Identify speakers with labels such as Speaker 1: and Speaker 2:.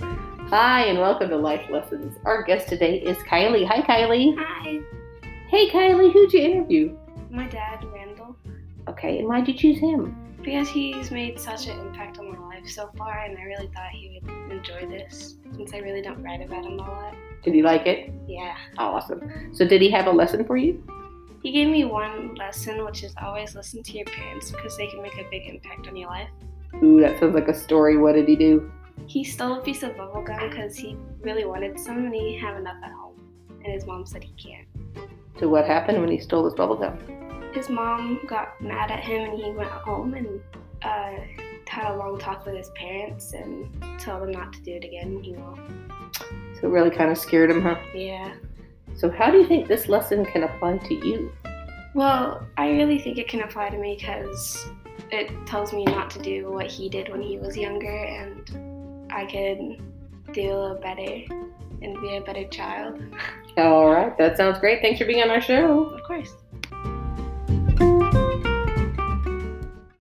Speaker 1: Hi, and welcome to Life Lessons. Our guest today is Kylie. Hi, Kylie.
Speaker 2: Hi,
Speaker 1: Hey, Kylie, who'd you interview?
Speaker 2: my dad, Randall,
Speaker 1: Okay, and why'd you choose him?
Speaker 2: because he's made such an impact on my life so far, and I really thought he would enjoy this since I really don't write about him a lot.
Speaker 1: Did he like it?
Speaker 2: Yeah.
Speaker 1: Awesome. So, did he have a lesson for you?
Speaker 2: He gave me one lesson, which is always listen to your parents because they can make a big impact on your life.
Speaker 1: Ooh, that sounds like a story. What did he do?
Speaker 2: He stole a piece of bubble gum because he really wanted some and he didn't have enough at home, and his mom said he can't.
Speaker 1: So, what happened when he stole his bubble gum?
Speaker 2: His mom got mad at him and he went home and uh, had a long talk with his parents and told them not to do it again, you know.
Speaker 1: So, it really kind of scared him, huh?
Speaker 2: Yeah.
Speaker 1: So, how do you think this lesson can apply to you?
Speaker 2: Well, I really think it can apply to me because it tells me not to do what he did when he was younger and I could do a little better and be a better child.
Speaker 1: All right, that sounds great. Thanks for being on our show.
Speaker 2: Of course.